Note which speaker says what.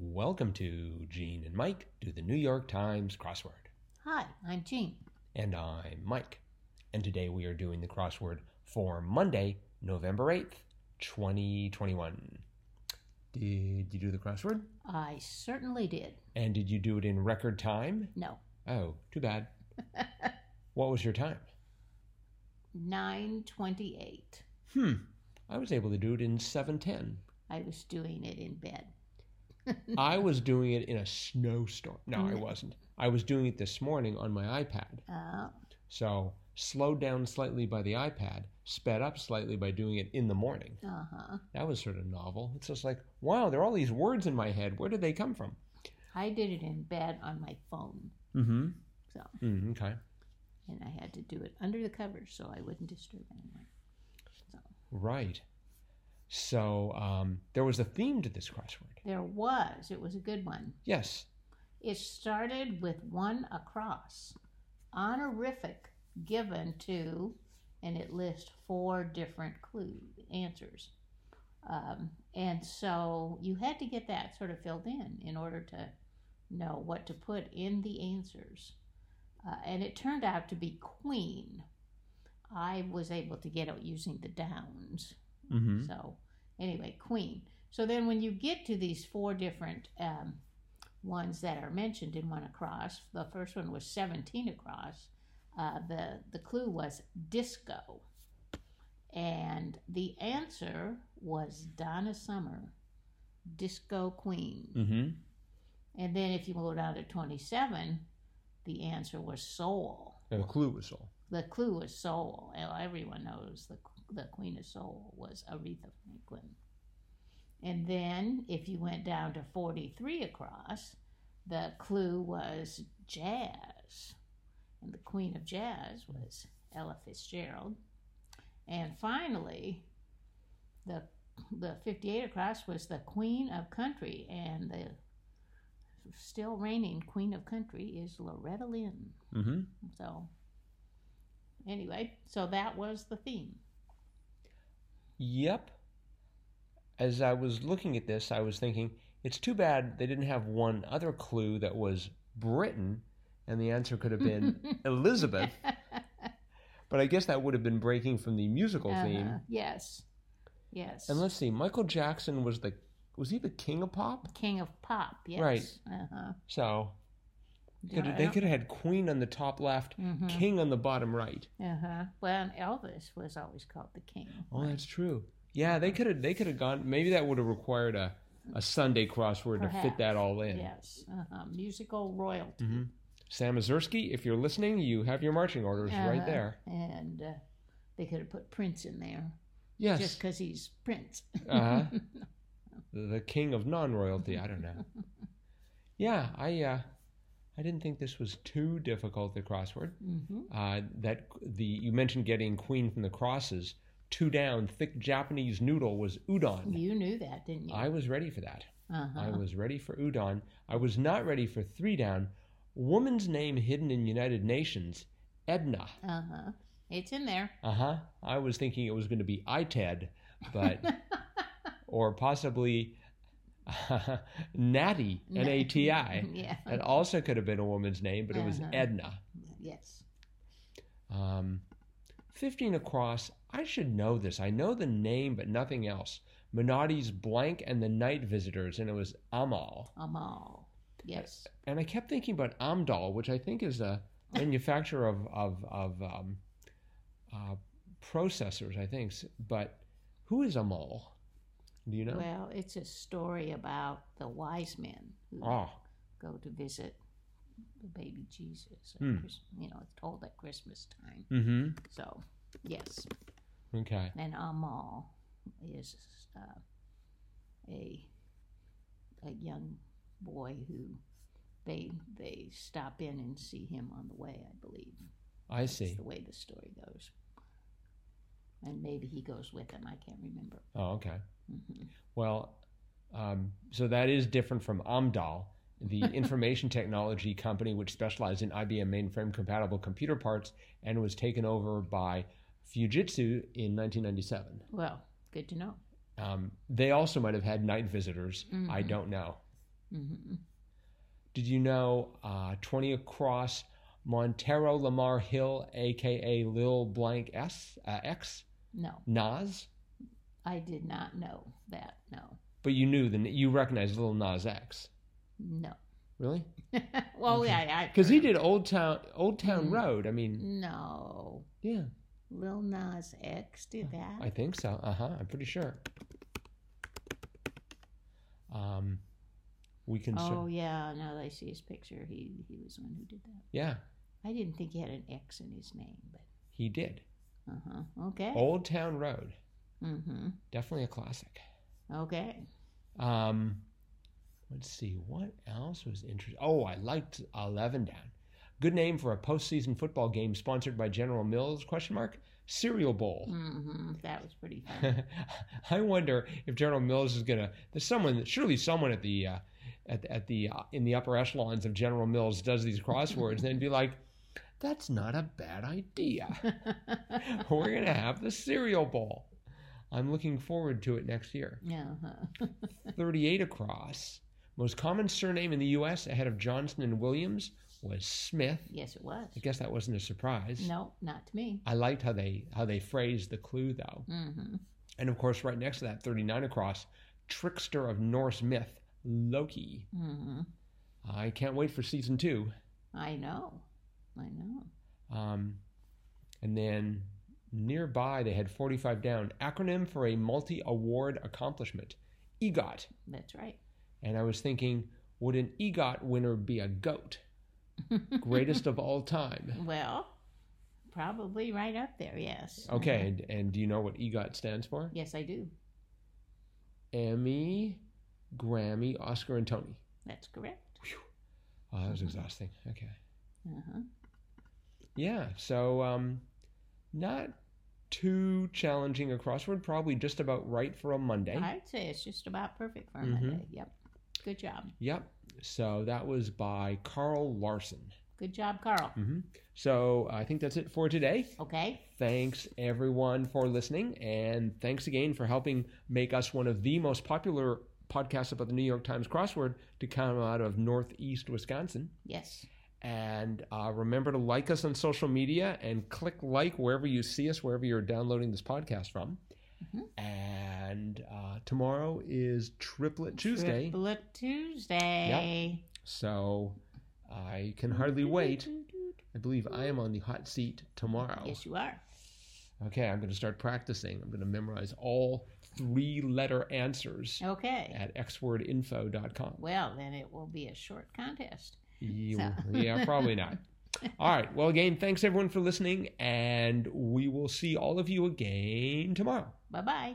Speaker 1: Welcome to Gene and Mike do the New York Times crossword.
Speaker 2: Hi, I'm Jean.
Speaker 1: And I'm Mike. And today we are doing the crossword for Monday, November 8th, 2021. Did you do the crossword?
Speaker 2: I certainly did.
Speaker 1: And did you do it in record time?
Speaker 2: No,
Speaker 1: Oh, too bad. what was your time?
Speaker 2: 928.
Speaker 1: Hmm. I was able to do it in 710.
Speaker 2: I was doing it in bed.
Speaker 1: I was doing it in a snowstorm. No, I
Speaker 2: Mm.
Speaker 1: wasn't. I was doing it this morning on my iPad.
Speaker 2: Uh,
Speaker 1: So slowed down slightly by the iPad, sped up slightly by doing it in the morning.
Speaker 2: uh-huh.
Speaker 1: That was sort of novel. It's just like, wow, there are all these words in my head. Where did they come from?
Speaker 2: I did it in bed on my phone,
Speaker 1: Mm-hmm.
Speaker 2: so
Speaker 1: mm Okay.
Speaker 2: and I had to do it under the covers so I wouldn't disturb anyone.
Speaker 1: Right. So um, there was a theme to this crossword.
Speaker 2: There was. It was a good one.
Speaker 1: Yes.
Speaker 2: It started with one across, honorific given to, and it lists four different clue answers. Um, and so you had to get that sort of filled in in order to know what to put in the answers. Uh, and it turned out to be queen. I was able to get it using the downs.
Speaker 1: Mm-hmm.
Speaker 2: So, anyway, queen. So then when you get to these four different um, ones that are mentioned in one across, the first one was 17 across. Uh, the, the clue was disco. And the answer was Donna Summer, Disco Queen.
Speaker 1: Mm-hmm.
Speaker 2: And then if you go down to 27, the answer was soul.
Speaker 1: And the clue was all.
Speaker 2: The clue was soul. and Everyone knows the the Queen of Soul was Aretha Franklin. And then, if you went down to forty three across, the clue was jazz, and the Queen of Jazz was Ella Fitzgerald. And finally, the the fifty eight across was the Queen of Country, and the still reigning Queen of Country is Loretta Lynn.
Speaker 1: Mm-hmm.
Speaker 2: So, anyway, so that was the theme.
Speaker 1: Yep. As I was looking at this, I was thinking, it's too bad they didn't have one other clue that was Britain, and the answer could have been Elizabeth. But I guess that would have been breaking from the musical
Speaker 2: Uh,
Speaker 1: theme.
Speaker 2: yes, yes.
Speaker 1: And let's see, Michael Jackson was the was he the king of pop?
Speaker 2: King of Pop. Yes.
Speaker 1: Right.
Speaker 2: Uh-huh.
Speaker 1: So could, they could have had Queen on the top left,
Speaker 2: hmm
Speaker 1: King on the bottom right.
Speaker 2: Uh-huh. Well, and Elvis was always called the king.
Speaker 1: Oh, that's true. Yeah, they could have they could have gone. Maybe that would have required a a Sunday crossword to fit
Speaker 2: Perhaps.
Speaker 1: that all in.
Speaker 2: Yes. Uh-huh. Musical royalty.
Speaker 1: Mhm. Sam Azursky, if you're listening, you have your marching orders right
Speaker 2: Uh-huh.
Speaker 1: there.
Speaker 2: And uh, they could have put Prince in there
Speaker 1: Yes.
Speaker 2: just because he's Prince.
Speaker 1: uh-huh. the king of non-royalty. I don't know. Yeah, I uh, I didn't think this was too difficult. The crossword
Speaker 2: hmm
Speaker 1: uh, that the you mentioned getting queen from the crosses. Two down, thick Japanese noodle was udon.
Speaker 2: You knew that, didn't you?
Speaker 1: I was ready for that.
Speaker 2: uh-huh.
Speaker 1: I was ready for udon. I was not ready for three down. Woman's name hidden in United Nations, Edna.
Speaker 2: Uh-huh. It's in there.
Speaker 1: Uh huh. I was thinking it was going to be ITED, but or possibly Natty, N A T I.
Speaker 2: yeah.
Speaker 1: That also could have been a woman's name, but it was
Speaker 2: Uh-huh.
Speaker 1: Edna.
Speaker 2: Yes.
Speaker 1: Um, Fifteen across. I should know this. I know the name, but nothing else. Minotti's blank and the night visitors, and it was Amal.
Speaker 2: Amal. Yes.
Speaker 1: And I kept thinking about Amdal, which I think is a manufacturer of of of um, uh, processors, I think. S- But who is Amal? Do you know?
Speaker 2: Well, it's a story about the wise men who
Speaker 1: oh,
Speaker 2: go to visit the baby Jesus. at
Speaker 1: Hmm.
Speaker 2: Christ- You know, it's told at Christmas time.
Speaker 1: mm-hmm.
Speaker 2: So, yes,
Speaker 1: Okay.
Speaker 2: and Amal is uh, a a young boy who they they stop in and see him on the way. I believe
Speaker 1: I
Speaker 2: that's
Speaker 1: see.
Speaker 2: the way the story goes. And maybe he goes with them. I can't remember.
Speaker 1: Oh, okay.
Speaker 2: hmm
Speaker 1: Well, um, so that is different from Amdal, the information technology company which specialized in IBM mainframe compatible computer parts and was taken over by Fujitsu in 1997.
Speaker 2: Well, good to know.
Speaker 1: Um, they also might have had night visitors. I
Speaker 2: Mhm.
Speaker 1: don't know.
Speaker 2: hmm
Speaker 1: Did you know uh, 20 across Montero Lamar Hill, aka Lil Blank S, uh, X,
Speaker 2: No,
Speaker 1: Nas?
Speaker 2: I did not know that. No,
Speaker 1: But you knew, the, you recognized Lil Nas X.
Speaker 2: no.
Speaker 1: Really?
Speaker 2: well,
Speaker 1: Okay.
Speaker 2: yeah, I
Speaker 1: Because he did Old Town, Old Town
Speaker 2: Mhm.
Speaker 1: Road. I mean,
Speaker 2: No,
Speaker 1: yeah,
Speaker 2: Lil Nas X did that.
Speaker 1: I think so. Uh huh. I'm pretty sure. Um, we can. cer-
Speaker 2: oh yeah, now that I see his picture, he he was the one who did that.
Speaker 1: yeah,
Speaker 2: I didn't think he had an X in his name, but
Speaker 1: he did.
Speaker 2: uh huh. Okay.
Speaker 1: Old Town Road,
Speaker 2: Mm-hmm.
Speaker 1: definitely a classic.
Speaker 2: Okay.
Speaker 1: Um, let's see what else was interesting. Oh, I liked Eleven Down. Good name for a postseason football game sponsored by General Mills? Question mark Cereal Bowl.
Speaker 2: Mm-hmm. That was pretty fun.
Speaker 1: I wonder if General Mills is gonna. There's someone, surely someone at the uh, at at the uh, in the upper echelons of General Mills does these crosswords and then be like, "That's not a bad idea. We're gonna have the cereal bowl." I'm looking forward to it next year.
Speaker 2: uh-huh.
Speaker 1: 38 across. Most common surname in the U.S. ahead of Johnson and Williams was Smith.
Speaker 2: Yes, it was.
Speaker 1: I guess that wasn't a surprise.
Speaker 2: No, not to me.
Speaker 1: I liked how they how they phrased the clue though.
Speaker 2: Mm-hmm.
Speaker 1: And of course, right next to that, 39 across, trickster of Norse myth, Loki.
Speaker 2: Mm-hmm.
Speaker 1: I can't wait for season two.
Speaker 2: I know. I know.
Speaker 1: Um, and then nearby, they had 45 down, acronym for a multi award accomplishment, EGOT.
Speaker 2: That's right.
Speaker 1: And I was thinking, would an EGOT winner be a goat? Greatest of all time.
Speaker 2: Well, probably right up there. Yes.
Speaker 1: Okay,
Speaker 2: Mhm.
Speaker 1: and, and do you know what EGOT stands for?
Speaker 2: Yes, I do.
Speaker 1: Emmy, Grammy, Oscar, and Tony.
Speaker 2: That's correct.
Speaker 1: Oh, that was
Speaker 2: Mhm.
Speaker 1: exhausting. Okay.
Speaker 2: Uh-huh.
Speaker 1: Yeah, so um, not too challenging a crossword, probably just about right for a Monday.
Speaker 2: I'd say it's just about perfect for a
Speaker 1: Mhm.
Speaker 2: Monday. Yep. Good job.
Speaker 1: Yep. So that was by Carl Larson.
Speaker 2: Good job, Carl.
Speaker 1: hmm So I think that's it for today.
Speaker 2: Okay.
Speaker 1: Thanks everyone for listening, and thanks again for helping make us one of the most popular podcasts about the New York Times crossword to come out of Northeast Wisconsin.
Speaker 2: Yes.
Speaker 1: And uh, remember to like us on social media and click like wherever you see us, wherever you're downloading this podcast from.
Speaker 2: Mhm.
Speaker 1: And uh, tomorrow is Triplet Tuesday.
Speaker 2: Triplet Tuesday.
Speaker 1: So I can hardly wait. I believe I am on the hot seat tomorrow.
Speaker 2: Yes, you are.
Speaker 1: Okay, I'm going to start practicing. I'm going to memorize all three letter answers
Speaker 2: Okay.
Speaker 1: at xwordinfo.com.
Speaker 2: Well, then it will be a short contest.
Speaker 1: You,
Speaker 2: So.
Speaker 1: yeah, probably not. All right. Well, again, thanks everyone for listening, and we will see all of you again tomorrow.
Speaker 2: Bye bye.